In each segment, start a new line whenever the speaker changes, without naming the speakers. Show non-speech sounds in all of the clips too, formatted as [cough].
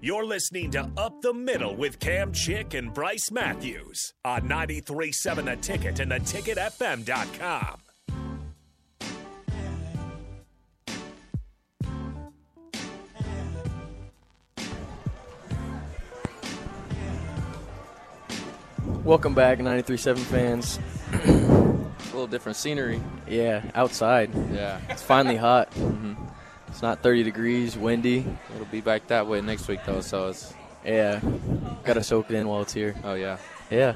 You're listening to Up the Middle with Cam Chick and Bryce Matthews on 937 The Ticket and theticketfm.com.
Welcome back, 93.7 fans.
A little different scenery.
Yeah, outside.
Yeah. Mm-hmm.
It's finally hot. It's not 30 degrees, windy.
It'll be back that way next week though, so it's
Yeah, gotta soak it in while it's here.
oh yeah.
Yeah,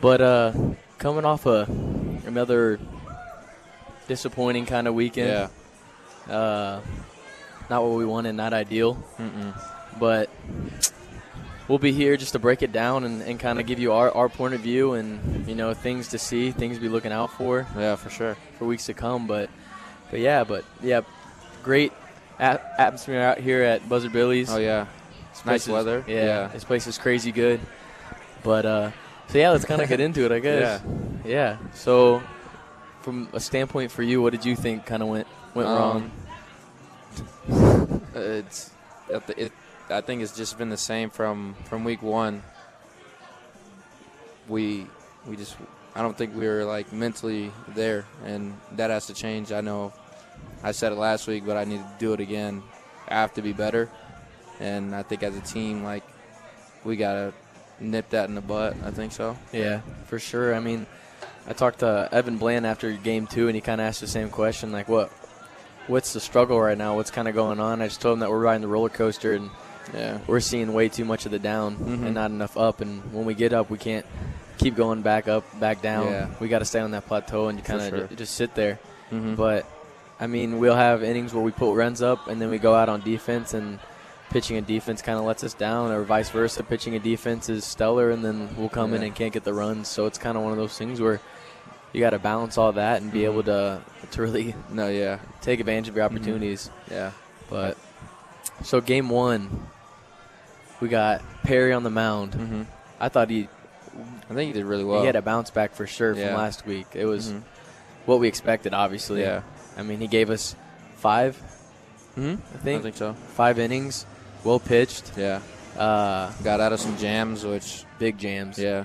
but uh, coming off a another disappointing kind of weekend.
Yeah.
Uh, not what we wanted, not ideal. But we'll be here just to break it down and, and kind of give you our, our point of view and you know things to see, things to be looking out for.
Yeah, for sure.
for weeks to come. But, but yeah, but yeah, great at- atmosphere out here at Buzzard Billy's.
Oh yeah.
This
nice
place is-
weather.
Yeah,
Yeah.
this place is crazy good. But uh, so yeah, let's kind of get into it, I guess. [laughs] Yeah. So, from a standpoint for you, what did you think kind of went went
Um,
wrong?
Uh, It's at the- it, I think it's just been the same from from week 1. We we just I don't think we were like mentally there and that has to change. I know I said it last week, but I need to do it again. I have to be better. And I think as a team like we got to nip that in the butt. I think so.
Yeah, for sure. I mean, I talked to Evan Bland after game two, and he kind of asked the same question, like, "What, what's the struggle right now? What's kind of going on?" I just told him that we're riding the roller coaster, and
Yeah.
we're seeing way too much of the down
Mm-hmm.
and not enough up. And when we get up, we can't keep going back up, back down.
Yeah.
We got to stay on that plateau and kind of
sure.
just sit there.
Mm-hmm.
But I mean, we'll have innings where we put runs up and then we go out on defense and pitching a defense kind of lets us down, or vice versa. Pitching a defense is stellar and then we'll come in
Yeah.
and can't get the runs. So it's kind of one of those things where you got to balance all that and be
Mm-hmm.
able to to really [laughs]
No, yeah.
take advantage of your opportunities.
Yeah.
But so game one, we got Perry on the mound.
Mm-hmm.
I thought he
I think he did really well.
Mm-hmm. he had a Mm-hmm. bounce back for sure
Yeah. Mm-hmm.
from last week. It was what we expected, obviously.
Yeah.
I mean, he gave us 5 I think
Hmm? I think so.
five innings, well pitched,
Yeah.
uh,
Got out of some jams, which
big jams.
yeah,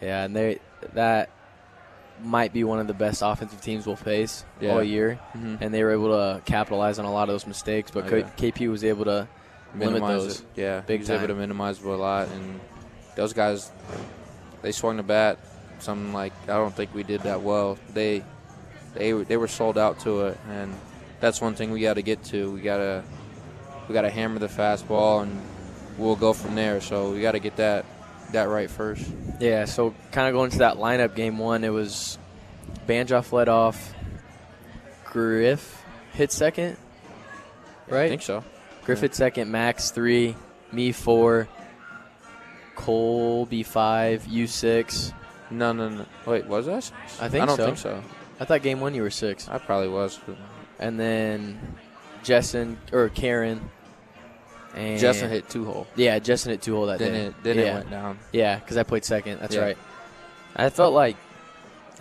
yeah, and they that might be one of the best offensive teams we'll face
Yeah.
all year, and they were able to capitalize on a lot of those mistakes. But
Oh,
K-
yeah.
KP was able to limit
minimize
those.
it. Yeah,
big
he was able to
time.
minimize it a lot, and those guys, they swung the bat. Something like I don't think we did that well. They, they, were- they were sold out to it, and that's one thing we got to get to. We gotta, we gotta hammer the fastball, and we'll go from there. So we got to get that, that right first.
Yeah, so kind of going to that lineup game one, it was Banjoff led off, Griff hit second, right?
I think so.
Griff hit second, Max three, me four, Colby five, you six.
No, no, no. Wait, was I? six?
I think
I don't
so.
think so.
I thought game one you were six.
I probably was. but-
And then Jessen, or Karen. And
Justin hit two hole.
Yeah, Jessen hit two hole that
Then
day.
it then
yeah.
it went down.
Yeah, because I played second. That's
Yeah.
right. I felt like,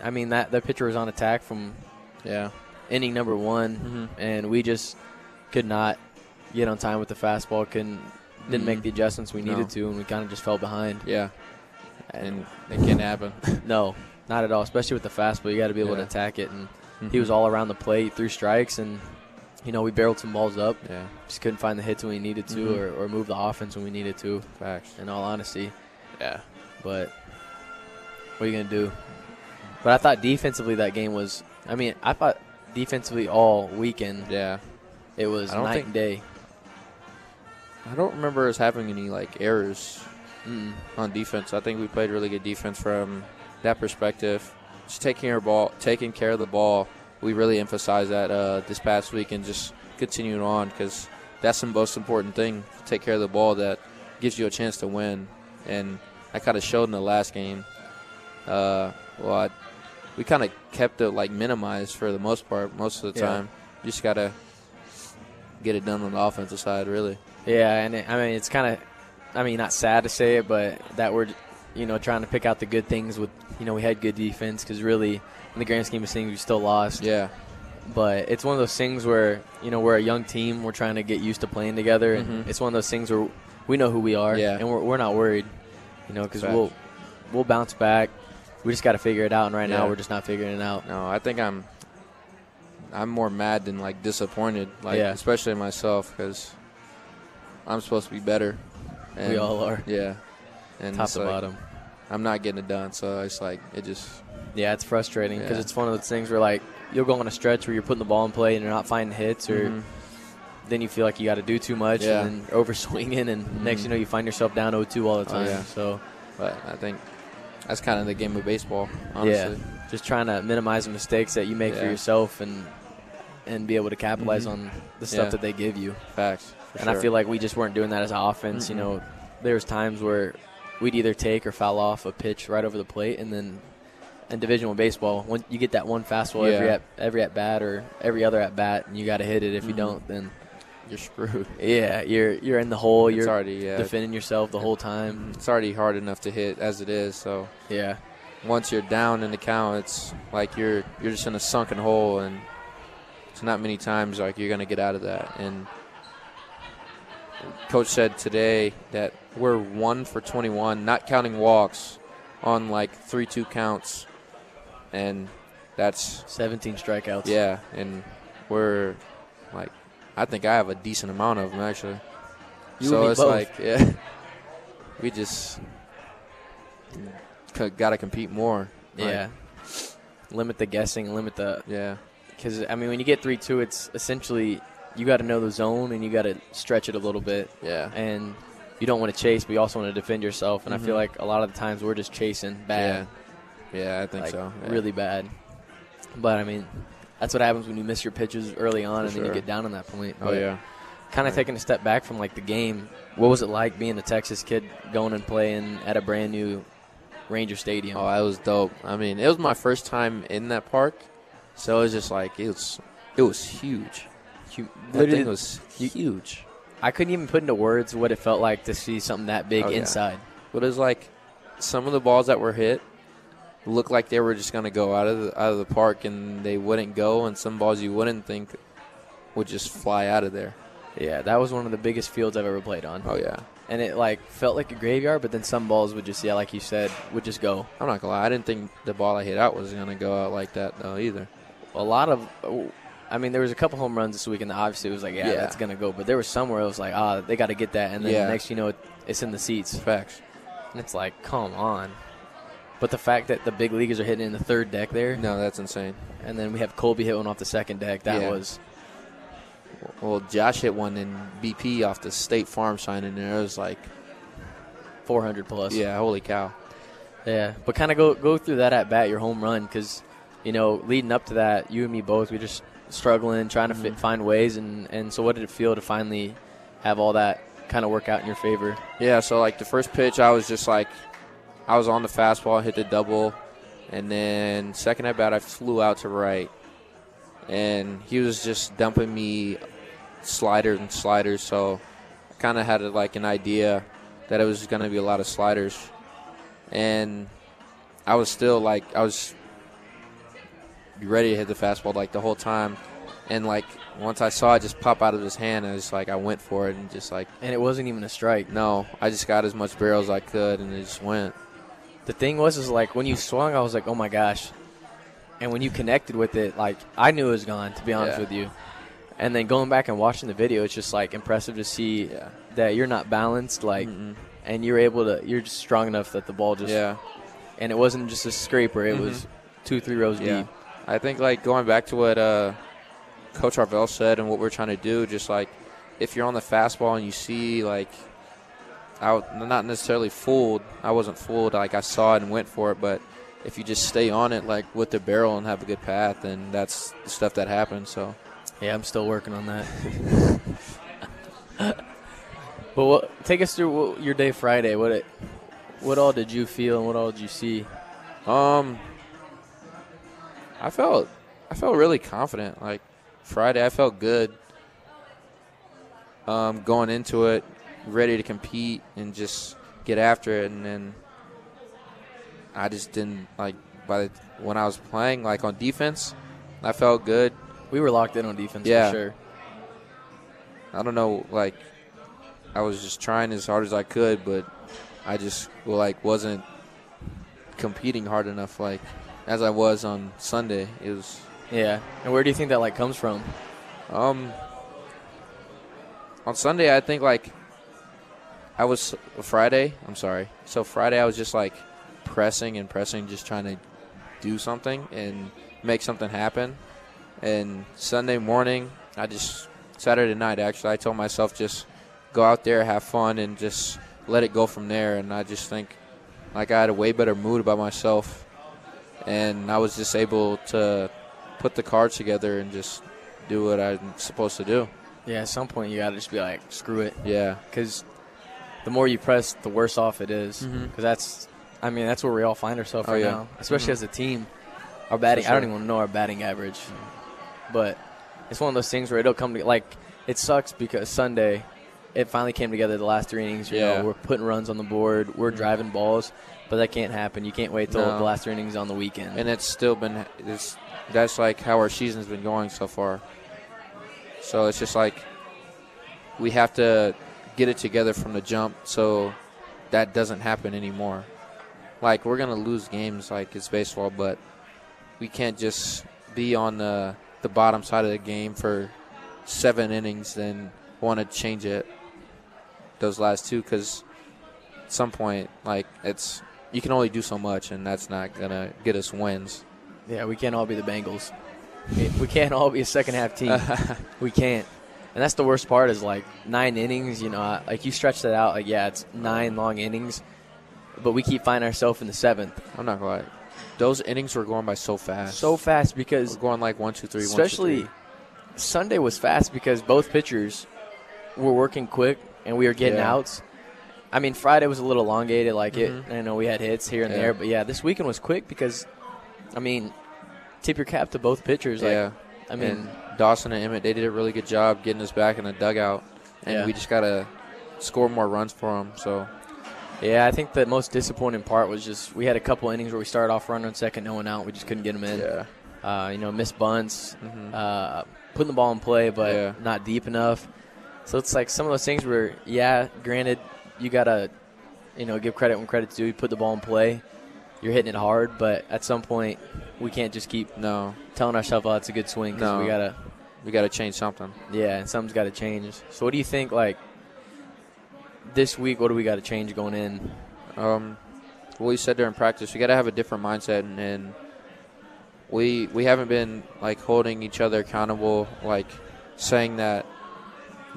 I mean, that, that pitcher was on attack from
Yeah.
inning number one,
Mm-hmm.
and we just could not get on time with the fastball. Couldn't didn't make the adjustments we needed
Mm-hmm.
to,
No.
and we kind of just fell behind.
Yeah. And it can happen.
No, not at all. Especially with the fastball, you got to be able to
Yeah. Mm-hmm.
attack it. And [laughs] he was all around the plate, threw strikes, and you know we barreled some balls up.
yeah.
Just couldn't find the hits when we needed to,
Mm-hmm.
or, or move the offense when we needed to.
Facts.
In all honesty,
Yeah.
but what are you gonna do? But I thought defensively that game was. I mean, I thought defensively all weekend
Yeah.
it was
I don't
night
think-
and day.
I don't remember us having any like errors on defense. I think we played really good defense from that perspective. Just taking our ball, taking care of the ball. We really emphasized that uh, this past week and just continuing on because that's the most important thing. Take care of the ball that gives you a chance to win, and I kind of showed in the last game. Uh, well, I, we kind of kept it like minimized for the most part, most of the
Yeah.
time. You just gotta get it done on the offensive side, really.
Yeah, and it, I mean it's kind of, I mean not sad to say it, but that we're, you know, trying to pick out the good things with, you know, we had good defense because really, in the grand scheme of things, we still lost.
Yeah.
But it's one of those things where you know we're a young team. We're trying to get used to playing together, and it's one of those things where we know who we are,
Mm-hmm. Yeah.
and we're, we're not worried, you know, because
Facts.
we'll we'll bounce back. We just got to figure it out, and right now
Yeah.
we're just not figuring it out.
No, I think I'm. I'm more mad than like disappointed, like
Yeah.
especially in myself because I'm supposed to be better. And,
we all are,
Yeah. And
top
it's
to
like,
bottom.
I'm not getting it done, so it's like it just
Yeah, it's frustrating because
Yeah.
it's one of those things where like you'll go on a stretch where you're putting the ball in play and you're not finding hits, or then you feel like you got to do too much
Mm-hmm. Yeah. Mm-hmm.
and then [laughs] over swinging, and next you know you find yourself down 0-2 all the time.
Oh, yeah.
So
But I think that's kind of the game of baseball, honestly.
yeah, just trying to minimize the mistakes that you make for
Yeah. Mm-hmm.
yourself and and be able to capitalize on the stuff
Yeah.
that they give you.
Facts. for
and I
sure. Mm-hmm.
feel like we just weren't doing that as an offense. You know, there was times where we'd either take or foul off a pitch right over the plate, and then in Division One baseball, when you get that one fastball every
Yeah.
at every at bat or every other at bat, and you got to hit it. If
Mm-hmm.
you don't, then
you're screwed.
yeah, you're you're in the hole.
It's
You're
already yeah,
defending yourself the whole time.
it's already hard enough to hit as it is. So
Yeah,
once you're down in the count, it's like you're you're just in a sunken hole, and it's not many times like you're gonna get out of that. And coach said today that we're one for 21, not counting walks, on like three two counts, and that's
17 strikeouts.
Yeah, and we're like, I think I have a decent amount of them actually.
You and
so
me
it's
both.
like, yeah, we just c- gotta compete more. Like,
yeah. Limit the guessing. Limit the
yeah,
because I mean when you get three two, it's essentially you got to know the zone and you got to stretch it a little bit.
yeah,
and you don't want to chase, but you also want to defend yourself. And I feel like a lot of the times we're just chasing
yeah,
bad,
yeah. I think
like
so. yeah.
really bad. But I mean, that's what happens when you miss your pitches early on,
For
and then you
sure.
get down on that point.
Oh yeah,
kind of
Right.
taking a step back from like the game. What was it like being a Texas kid going and playing at a brand new Ranger Stadium?
Oh, that was dope. I mean, it was my first time in that park, so it was just like it was. It was huge.
Hu-
That
literally,
thing was
you-
huge.
I couldn't even put into words what it felt like to see something that big
Oh, yeah.
inside.
But it was like some of the balls that were hit looked like they were just gonna go out of the, out of the park and they wouldn't go, and some balls you wouldn't think would just fly out of there.
Yeah, that was one of the biggest fields I've ever played on,
Oh yeah,
and it like felt like a graveyard. But then some balls would just yeah, like you said, would just go.
I'm not gonna lie. I didn't think the ball I hit out was gonna go out like that though either.
a lot of I mean, there was a couple home runs this weekend. Obviously, it was like, yeah,
Yeah.
that's gonna go. But there was somewhere it was like, ah, they got to get that, and then
Yeah.
next you know, it, it's in the seats,
Facts.
and it's like, come on. But the fact that the big leaguers are hitting in the third deck there,
No, that's insane.
and then we have Colby hit one off the second deck, that
Yeah.
was
Well, Josh hit one in BP off the State Farm sign in there. It was like,
400 plus.
yeah, holy cow.
yeah. But kind of go go through that at bat, your home run, because you know, leading up to that, you and me both, we just struggling, trying to
Mm-hmm.
fit, find ways, and and so what did it feel to finally have all that kind of work out in your favor?
Yeah, so like the first pitch, I was just like, I was on the fastball, hit the double, and then second at bat, I flew out to right, and he was just dumping me sliders and sliders. So I kind of had like an idea that it was going to be a lot of sliders, and I was still like, I was ready to hit the fastball like the whole time, and like once I saw it just pop out of his hand, I was like, I went for it and just like.
And it wasn't even a strike.
No, I just got as much barrel as I could, and it just went.
the thing was is like when you swung i was like oh my gosh and when you connected with it like i knew it was gone to be honest
Yeah.
with you and then going back and watching the video it's just like impressive to see
Yeah.
that you're not balanced like and you're able to you're just strong enough that the ball just
Yeah, Mm-hmm.
and it wasn't just a scraper it was two three rows
yeah.
deep
I think like going back to what uh, Coach Arvell said and what we're trying to do, just like if you're on the fastball and you see like, I w- not necessarily fooled. I wasn't fooled. Like I saw it and went for it, but if you just stay on it like with the barrel and have a good path, then that's the stuff that happens. So
yeah i'm still working on that [laughs] but what, take us through what, your day friday what it what all did you feel and what all did you see
Um, I felt I felt really confident. Like Friday, I felt good. Um, going into it, ready to compete and just get after it, and then I just didn't like by the, when I was playing like on defense, I felt good.
We were locked in on defense
Yeah.
for sure.
I don't know, like I was just trying as hard as I could, but I just well, like wasn't competing hard enough like as I was on Sunday. It was
Yeah. And where do you think that like comes from?
um on Sunday I think like I was Friday, I'm sorry. So Friday I was just like pressing and pressing just trying to do something and make something happen. And Sunday morning, I just Saturday night actually, I told myself just go out there, have fun, and just let it go from there. And I just think like I had a way better mood about myself, and I was just able to put the cards together and just do what I'm supposed to do.
Yeah, at some point you got to just be like, screw it.
Yeah,
Because the more you press, the worse off it is. Because
Mhm.
that's, I mean, that's where we all find ourselves
Oh,
right
yeah.
now, especially as a team. Our batting, I
sure.
don't even know our batting average, but it's one of those things where it'll come to like it sucks because Sunday it finally came together the last three innings. You
Yeah.
know, we're putting runs on the board, we're driving balls, but that can't happen. You can't wait till
No.
the last three innings on the weekend.
and it's still been it's that's like how our season's been going so far. So it's just like we have to get it together from the jump so that doesn't happen anymore. Like we're gonna lose games like it's baseball, but we can't just be on the the bottom side of the game for seven innings then want to change it those last two because at some point like it's you can only do so much and that's not gonna get us
[laughs]
wins
yeah, we can't all be the Bengals. We- We can't all be a second half
[laughs]
team. We can't. And that's the worst part is like nine innings, you know, I- like you stretch that out, like, yeah, it's nine long innings, but we keep finding ourselves in the seventh
i'm not gonna lie those innings were going by so fast
so fast
we're
because,
going like one two three one, two,
especially
three.
Sunday was fast because both pitchers were working quick and we were getting
Yeah. Mm-hmm.
outs. I mean, Friday was a little elongated, like it, I know we had hits here and
Yeah.
there, but yeah, this weekend was quick because, I mean, tip your cap to both pitchers. Like,
yeah
I mean,
and dawson and emmett they did a really good job getting us back in the dugout and
Yeah.
we just gotta score more runs for them so
Yeah, I think the most disappointing part was just we had a couple innings where we started off running on second, no one out. We just couldn't get them in.
Yeah.
Uh, you know, missed bunts,
Mm-hmm.
uh, putting the ball in play, but
Yeah.
not deep enough. So it's like some of those things where, yeah, granted, you gotta, you know, give credit when credit's due. You put the ball in play, you're hitting it hard, but at some point, we can't just keep
no
telling ourselves, "Oh, it's a good swing," because
No.
we gotta
we gotta change something
yeah, and something's got to change. So, what do you think? Like this week, what do we got to change going in?
um, what we said during practice, we got to have a different mindset, and, and we we haven't been like holding each other accountable, like saying that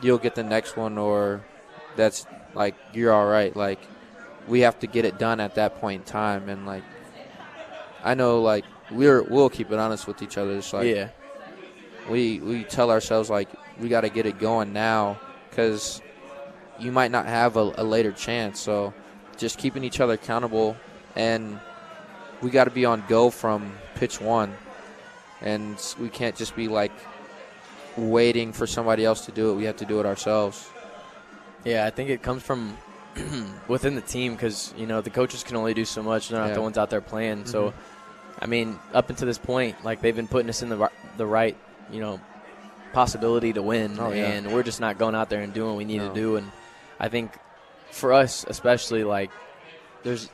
you'll get the next one or that's like you're all right. Like we have to get it done at that point in time, and like I know like we're we'll keep it honest with each other. It's like
yeah,
we we tell ourselves like we got to get it going now because you might not have a, a later chance. So just keeping each other accountable, and we got to be on go from pitch one, and s- we can't just be like waiting for somebody else to do it. We have to do it ourselves.
Yeah, I think it comes from [clears throat] within the team because you know the coaches can only do so much. They're not
Yeah. Mm-hmm.
the ones out there playing. So, I mean, up until this point, like they've been putting us in the ri- the right, you know, possibility to win,
Oh, yeah.
and we're just not going out there and doing what we need
No.
to do. And I think for us, especially, like there's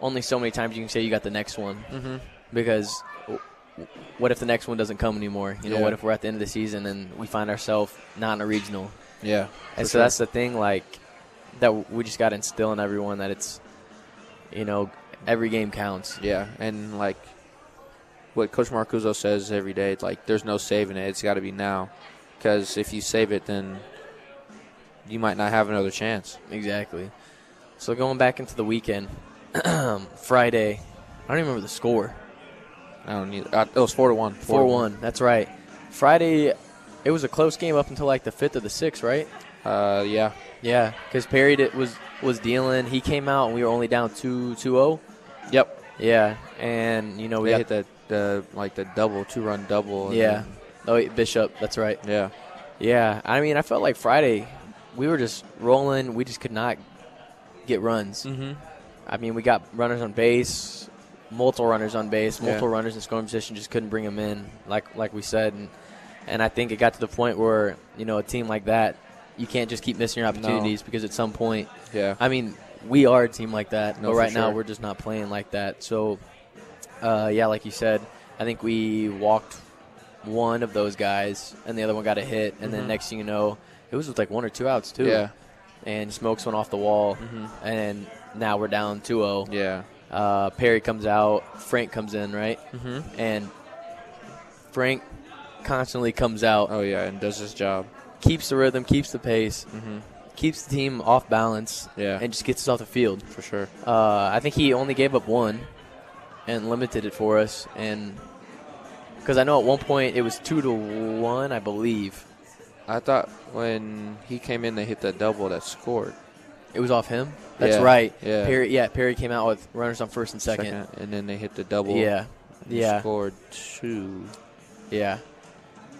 only so many times you can say you got the next one
Mm-hmm.
because w- w- what if the next one doesn't come anymore? You know,
Yeah.
what if we're at the end of the season and we find ourselves not in a regional?
Yeah,
and
for
so
sure.
that's the thing like that we just got to instill in everyone that it's you know every game counts
yeah, and like what Coach Marcuzzo says every day, it's like there's no saving it. It's got to be now, because if you save it, then you might not have another chance.
exactly so going back into the weekend [clears throat] friday i don't even remember the score
I don't need. I, it was four to one.
4-1 that's right friday it was a close game up until like the fifth or the sixth right
Uh, yeah,
yeah because perry did, was was dealing he came out and we were only down 2-2-0
yep.
yeah and you know we
They
got
hit that the like the double two run double. and
yeah oh wait, bishop that's right
then- yeah,
Yeah, I mean, I felt like Friday, we were just rolling. We just could not get runs.
Mhm.
I mean, we got runners on base, multiple runners on base, multiple
Yeah.
runners in scoring position. Just couldn't bring them in, like like we said. And And I think it got to the point where you know a team like that, you can't just keep missing your opportunities because at some point,
Yeah.
I mean, we are a team like that,
No,
but
for
right now
sure.
we're just not playing like that. So, uh, yeah, like you said, I think we walked one of those guys, and the other one got a hit, and then next thing you know, it was with like one or two outs too.
Mm-hmm. Yeah. Mm-hmm.
and smokes went off the wall, and now we're down 2-0
Yeah.
uh, Perry comes out, Frank comes in, right? Mm-hmm. And Frank constantly comes out,
Oh yeah, and does his job.
keeps the rhythm, keeps the pace, mm-hmm. keeps the team off balance,
Yeah.
and just gets us off the field.
For sure.
Uh, I think he only gave up one and limited it for us, and because I know at one point it was two to one, I believe
I thought when he came in, they hit that double that scored.
it was off him. That's
Yeah,
right.
yeah.
Perry, yeah, Perry came out with runners on first and second.
and then they hit the double.
Yeah,
and
yeah.
Scored two.
Yeah.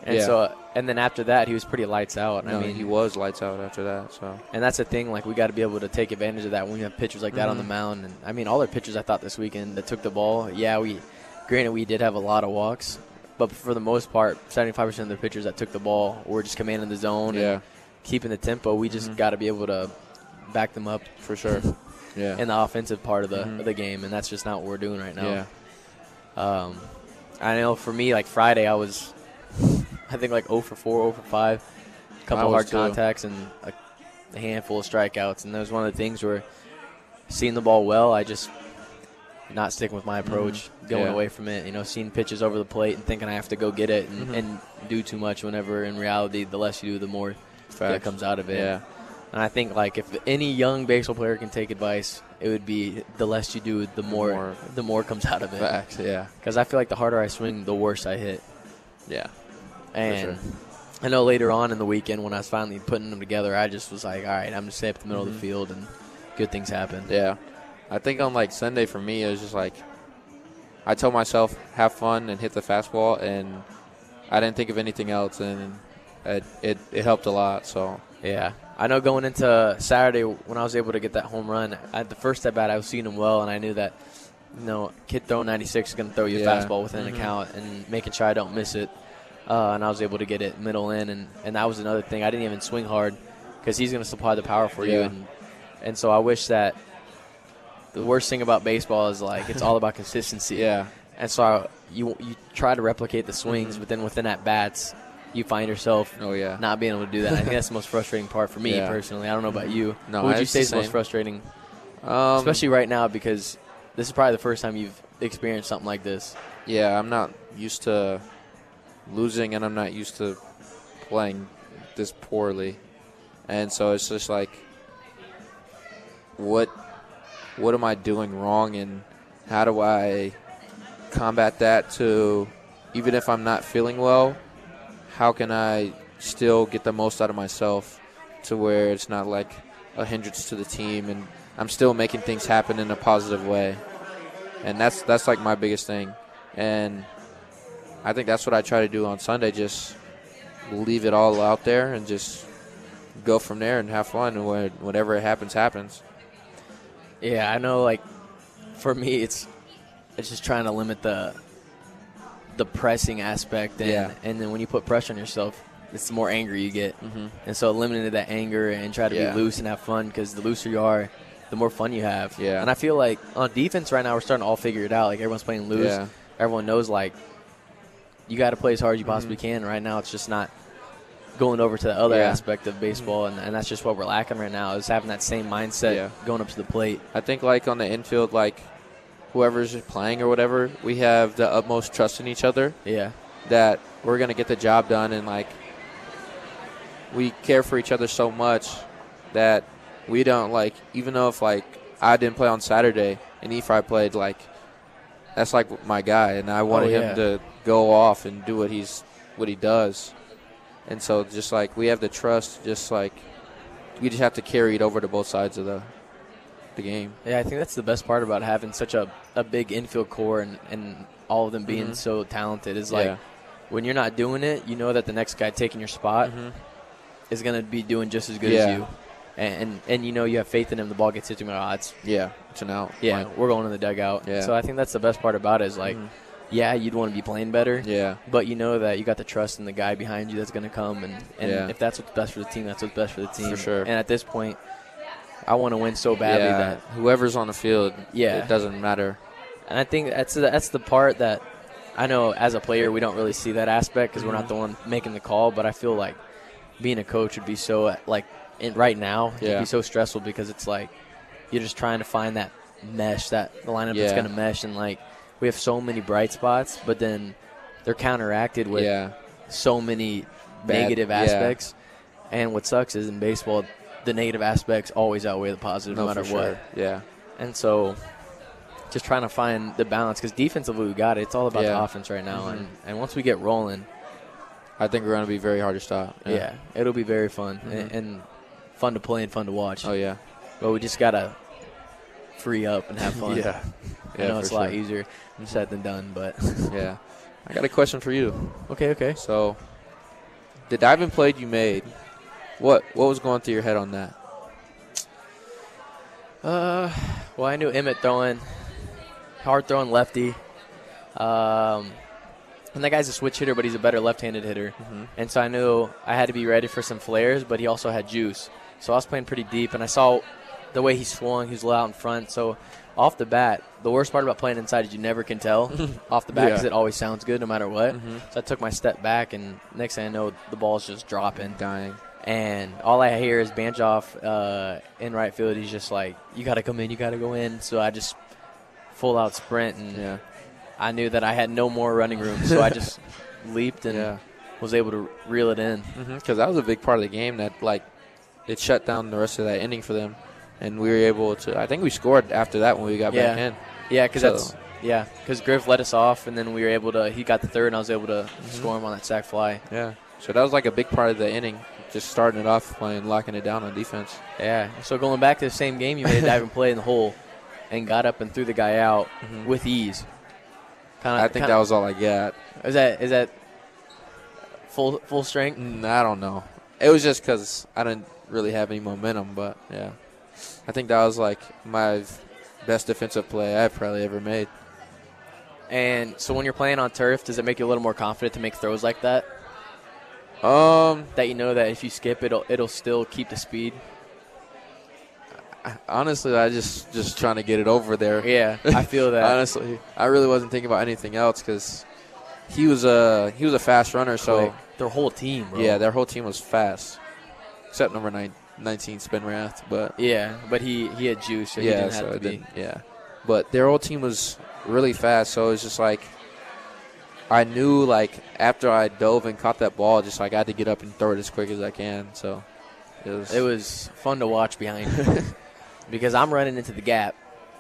And
Yeah.
so, and then after that, he was pretty lights out.
No,
I mean,
he was lights out after that. So
and that's the thing. Like, we got to be able to take advantage of that when we have pitchers like that
Mm-hmm.
on the mound. And I mean, all their pitchers, I thought this weekend that took the ball. Yeah, we, granted, we did have a lot of walks, but for the most part, seventy-five percent of the pitchers that took the ball were just commanding the zone
Yeah. Mm-hmm.
and keeping the tempo. We just got to be able to back them up
for sure. Yeah.
in the offensive part of the of the game, and that's just not what we're doing right now.
yeah.
Um, I know for me, like Friday, I was, I think like 0 for 4, 0 for 5, a
I
couple
was
hard
too.
contacts and a, a handful of strikeouts, and that was one of the things where seeing the ball well, I just not sticking with my approach, going
Mm-hmm. Yeah.
away from it. You know, seeing pitches over the plate and thinking I have to go get it
Mm-hmm.
and, and do too much. Whenever in reality, the less you do, the more that
Facts.
comes out of it.
Yeah.
And I think like if any young baseball player can take advice, it would be the less you do, the more the more,
more.
comes out of it.
Facts. Yeah.
Because I feel like the harder I swing, the worse I hit.
Yeah.
And
sure.
I know later on in the weekend when I was finally putting them together, I just was like, all right, I'm just stay up the middle of the field and good things happen.
Yeah. I think on like Sunday for me, it was just like I told myself have fun and hit the fastball, and I didn't think of anything else, and it it, it helped a lot. So
Yeah. I know going into Saturday when I was able to get that home run, at the first at bat, I was seeing him well, and I knew that, you know, kid throwing 96 is going to throw you a
Yeah. Mm-hmm.
fastball within an account and making sure I don't miss it. Uh, and I was able to get it middle in, and, and that was another thing. I didn't even swing hard because he's going to supply the power for you.
Yeah.
And, and so I wish that the worst thing about baseball is like it's
[laughs]
all about consistency.
yeah,
And so I, you you try to replicate the swings, but then within at bats, you find yourself
Mm-hmm. Oh, yeah.
not being able to do that. I think that's the most frustrating part for me
Yeah.
personally. I don't know about you.
No,
what would you
it's
say
the
is the most
same.
frustrating,
um,
especially right now because this is probably the first time you've experienced something like this.
yeah, I'm not used to losing, and I'm not used to playing this poorly, and so it's just like what what am I doing wrong, and how do I combat that to even if I'm not feeling well, how can I still get the most out of myself to where it's not like a hindrance to the team and I'm still making things happen in a positive way. And that's that's like my biggest thing. And I think that's what I try to do on Sunday just leave it all out there and just go from there and have fun and when- whatever happens happens.
Yeah, I know. Like for me, it's it's just trying to limit the the pressing aspect, and
Yeah.
and then when you put pressure on yourself, it's the more angry you get, mm-hmm. and so eliminated that anger and try to
Yeah.
be loose and have fun because the looser you are, the more fun you have.
Yeah.
and I feel like on defense right now we're starting to all figure it out. Like everyone's playing loose,
Yeah.
everyone knows like you got to play as hard as you possibly can. Right now, it's just not going over to the other
Mm-hmm. Yeah.
aspect of baseball, and, and that's just what we're lacking right now is having that same mindset
Yeah.
going up to the plate.
I think like on the infield like whoever's playing or whatever, we have the utmost trust in each other
Yeah.
that we're gonna get the job done and like we care for each other so much that we don't like even though if like I didn't play on Saturday and Ephi played like that's like my guy and I wanted
Oh, yeah.
him to go off and do what he's what he does. And so just like we have the trust just like we just have to carry it over to both sides of the the game.
Yeah, I think that's the best part about having such a, a big infield core and, and all of them being so talented is like
Mm-hmm. Yeah.
when you're not doing it, you know that the next guy taking your spot is going to be doing just as good
Mm-hmm. Yeah.
as you. And, and and you know you have faith in him. The ball gets hit to him. Oh, it's
Yeah. It's an out.
yeah,
Like,
we're going in the dugout.
Yeah. Mm-hmm.
So I think that's the best part about it is like yeah, you'd want to be playing better.
Yeah.
But you know that you got the trust in the guy behind you that's going to come, and, and
Yeah.
if that's what's best for the team, that's what's best for the team.
For sure.
And at this point, I want to win so badly
yeah.
that,
whoever's on the field,
Yeah.
it doesn't matter.
and I think that's the, that's the part that I know as a player we don't really see that aspect because we're
Mm-hmm.
not the one making the call. But I feel like being a coach would be so like in, right now it'd
Yeah.
be so stressful because it's like you're just trying to find that mesh that the lineup that's
Yeah.
going to mesh, and like we have so many bright spots, but then they're counteracted with
yeah,
so many
Bad-
negative
yeah.
aspects. And what sucks is in baseball, the negative aspects always outweigh the positive, no,
no,
matter
for sure.
what.
Yeah,
And so, just trying to find the balance because defensively we got it. It's all about the
Yeah. Mm-hmm.
offense right now, and, and once we get rolling,
I think we're gonna be very hard to stop.
yeah, it'll be very fun and, and fun to play and fun to watch.
Mm-hmm. Oh yeah.
But we just gotta free up and
[laughs]
have fun.
Yeah.
I know
for
it's a lot
sure.
easier said than done,
[laughs]
but
Yeah. I got a question for you.
okay, okay.
So, the diving play you made, what what was going through your head on that?
Uh, well, I knew Emmett throwing hard throwing lefty. Um, and that guy's a switch hitter, but he's a better left-handed hitter. And so I knew I had to be ready for some flares, but he also had juice. So I was playing pretty deep, and I saw the way he swung. He was a little out in front. So off the bat, the worst part about playing inside is you never can tell off the bat because
Yeah.
it always sounds good no matter what. So I took my step back, and next thing I know, the ball's just dropping
Dying.
and all I hear is Banjoff uh, in right field. He's just like, "You got to come in, you got to go in." So I just full out sprint, and
Yeah.
I knew that I had no more running room, so I
[laughs]
just leaped and
Yeah.
was able to reel it in.
Because that was a big part of the game that like it shut down the rest of that inning for them, and we were able to. I think we scored after that when we got
Yeah.
back in.
Yeah, because
So-
that's yeah, because Griff let us off, and then we were able to. He got the third, and I was able to
Mm-hmm.
score him on that sac fly.
Yeah. So that was like a big part of the inning, just starting it off playing, locking it down on defense.
Yeah. So going back to the same game, you made a dive and play in the hole, and got up and threw the guy out with ease. Uh, Kinda,
Mm-hmm. I think that was all I got.
that is that is that full full strength.
Mm, I don't know. It was just because I didn't really have any momentum, but yeah, I think that was like my best defensive play I've probably ever made.
And so when you're playing on turf, does it make you a little more confident to make throws like that?
Um,
That you know that if you skip, it'll it'll still keep the speed.
honestly, I just just trying to get it over there.
Yeah, I feel that.
[laughs] honestly, I really wasn't thinking about anything else because he was a he was a fast runner. So
Like, their whole team, bro.
yeah, their whole team was fast, except number nine, 19 Spin Wrath, but
yeah. But he he had juice, so he
yeah,
didn't have
so
to
it
be.
didn't- yeah. But their whole team was really fast, so it was just like I knew like after I dove and caught that ball, just like I had to get up and throw it as quick as I can. So it was,
It was fun to watch behind
[laughs]
you. because I'm running into the gap,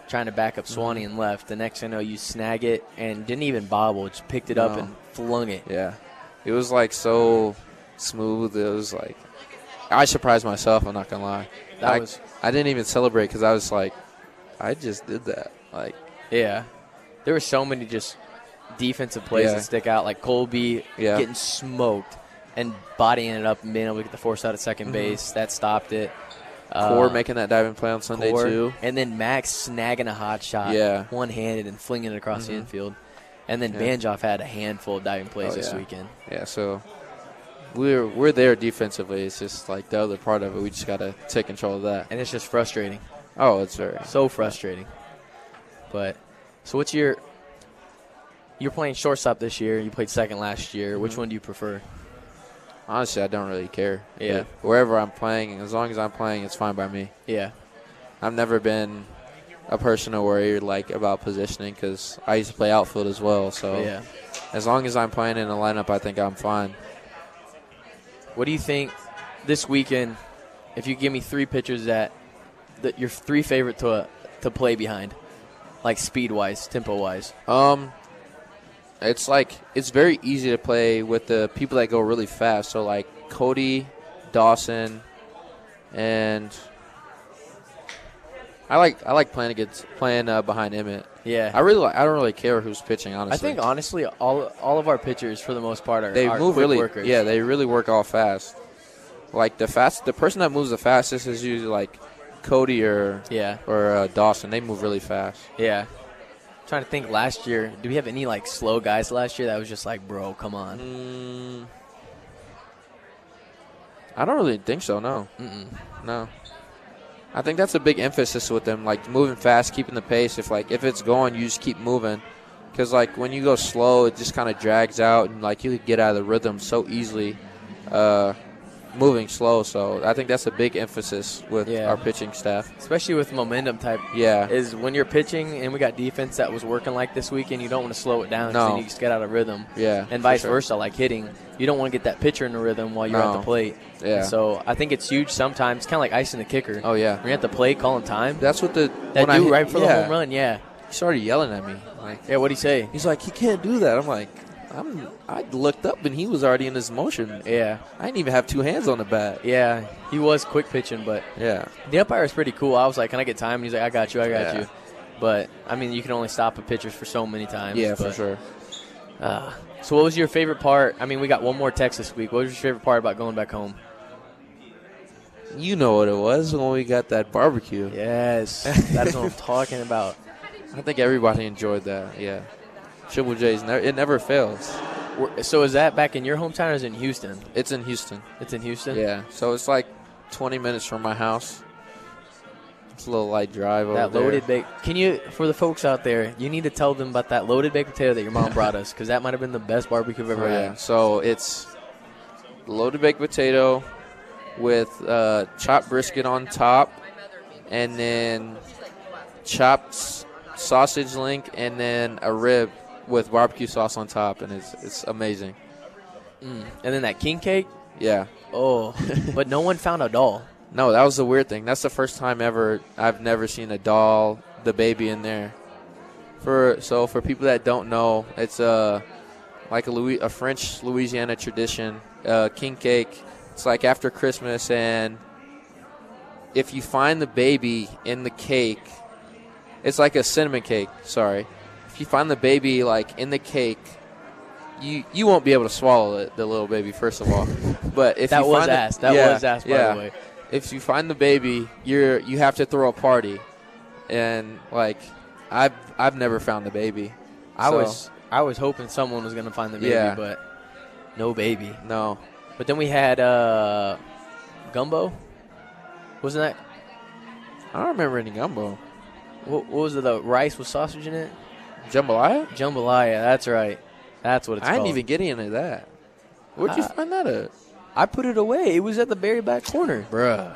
trying to back up
Mm-hmm.
Swanee and left. The next I know, you snag it and didn't even bobble, just picked it up
No.
and flung it.
yeah, it was like so smooth. It was like I surprised myself. I'm not gonna lie.
That
I,
was-
I didn't even celebrate because I was like, I just did that. Like
Yeah. There were so many just defensive plays
Yeah.
that stick out, like Colby
Yeah.
getting smoked and bodying it up and being able to get the force out of 2nd
Mm-hmm.
base. That stopped it.
Core making that diving play on Sunday
Uh, Core.
too.
And then Max snagging a hot shot
Yeah. Mm-hmm.
one handed and flinging it across the infield. And then Banjoff had a handful of diving plays
Oh,
this
yeah.
weekend.
Yeah, so we're we're there defensively. It's just like the other part of it. We just gotta take control of that.
And it's just frustrating.
Oh, it's very
So frustrating. But so what's your you're playing shortstop this year, you played second last year.
Mm-hmm.
Which one do you prefer?
honestly. I don't really care.
Yeah.
Like, wherever I'm playing, as long as I'm playing, it's fine by me.
Yeah.
I've never been a person to worry like about positioning because I used to play outfield as well. So
Yeah.
as long as I'm playing in a lineup, I think I'm fine.
What do you think this weekend? If you give me three pitchers that, that your three favorite to to play behind, like speed wise, tempo wise.
Um, it's like it's very easy to play with the people that go really fast. So like Cody, Dawson, and I like I like playing against playing uh, behind Emmett.
Yeah,
I really like, I don't really care who's pitching. Honestly,
I think honestly, all all of our pitchers for the most part are
they
are
move
quick
really.
Workers.
Yeah, they really work all fast. Like the fast, the person that moves the fastest is usually like Cody or
yeah,
or uh, Dawson. They move really fast.
yeah. trying to think last year. Do we have any like slow guys last year that was just like, bro, come on?
Mm, I don't really think so. No,
Mm-mm.
no. I think that's a big emphasis with them, like moving fast, keeping the pace. If like if it's going, you just keep moving, because like when you go slow, it just kind of drags out, and like you could get out of the rhythm so easily, uh, moving slow. So I think that's a big emphasis with
Yeah.
our pitching staff.
Especially with momentum type.
Yeah,
Is when you're pitching and we got defense that was working like this weekend, you don't want to slow it down. 'cause
No.
Then you just get out of rhythm.
yeah,
and
for
vice
sure.
versa, like hitting. You don't want to get that pitcher in the rhythm while you're at
No.
the plate.
Yeah.
And so I think it's huge sometimes, kind of like icing the kicker.
Oh yeah,
When you're at the plate calling time, that,
that's what the
dude
when I hit-
right for
yeah.
the home run, yeah.
He started yelling at me. Like
Yeah, what'd he say?
he's like, he can't do that. I'm like, I'm. I looked up and he was already in his motion.
Yeah.
I didn't even have two hands on the bat.
Yeah, he was quick pitching, but
Yeah,
the umpire was pretty cool. I was like, can I get time? And he's like, I got you, I got
Yeah.
you. But, I mean, you can only stop a pitcher for so many times.
yeah, for
but,
sure.
Uh, so what was your favorite part? I mean, we got one more text this week. What was your favorite part about going back home?
You know what it was when we got that barbecue.
Yes, that's what I'm talking about.
I think everybody enjoyed that. Yeah, Triple J's. Ne- it never fails.
We're- So is that back in your hometown or is it in Houston?
It's in Houston.
It's in Houston?
Yeah, so it's like 20 minutes from my house. It's a little light drive over
That
there.
loaded baked. Can you, for the folks out there, you need to tell them about that loaded baked potato that your mom brought us because that might have been the best barbecue I've ever
Oh, yeah.
had.
So it's loaded baked potato with uh, chopped brisket on top, and then chopped s- sausage link, and then a rib with barbecue sauce on top, and it's it's amazing.
And then that king cake.
Yeah. [laughs]
Oh, but no one found a doll.
No, that was the weird thing. That's the first time ever I've never seen a doll, the baby in there. For so for people that don't know, it's a like a Louis, a French Louisiana tradition, uh, king cake. It's like after Christmas, and if you find the baby in the cake, it's like a cinnamon cake. Sorry, if you find the baby like in the cake, you you won't be able to swallow it, the little baby. First of all, but if
That
you
was
find the-
asked. That
yeah,
was asked, by
yeah
the way.
if you find the baby, you're you have to throw a party, and like I've I've never found the baby.
I
So,
was I was hoping someone was gonna find the baby,
Yeah.
but no baby.
no
But then we had uh, gumbo. Wasn't that
I don't remember any gumbo
what, what was it? The rice with sausage in it?
jambalaya.
Jambalaya. That's right. That's what it's
I didn't
called.
even get any of that. Where'd you
Uh,
find that at?
I put it away. It was at the very back corner.
Bruh.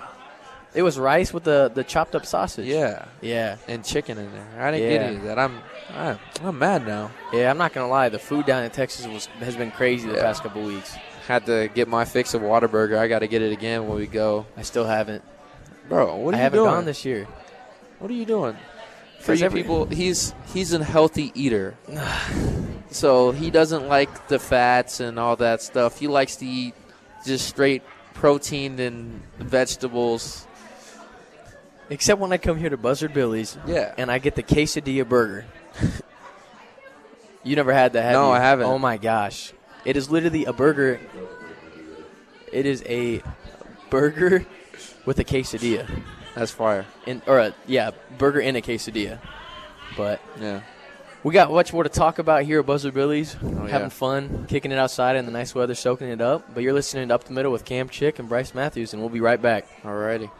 It was rice with the the chopped up sausage.
Yeah,
Yeah.
and chicken in there. I didn't get
Yeah.
any of that. I'm I'm, I'm mad now.
Yeah, I'm not gonna lie. The food down in Texas was has been crazy the
Yeah.
past couple weeks.
Had to get my fix of Whataburger. I got to get it again when we go,
I still haven't.
bro. What are
I
you
haven't
doing?
gone this year.
What are you doing? For
'Cause
you
every-
people, he's he's a healthy [sighs] eater, so he doesn't like the fats and all that stuff. He likes to eat just straight protein and vegetables.
Except when I come here to Buzzard Billy's
Yeah.
and I get the quesadilla burger. [laughs] you never had that, have
No,
you?
I haven't.
Oh my gosh. It is literally a burger. It is a burger with a quesadilla.
That's fire.
And or a, yeah, burger and a quesadilla. But
Yeah.
we got much more to talk about here at Buzzard Billy's.
yeah.
Having fun, kicking it outside in the nice weather, soaking it up. But you're listening to Up the Middle with Cam Chick and Bryce Matthews, and we'll be right back.
Alrighty.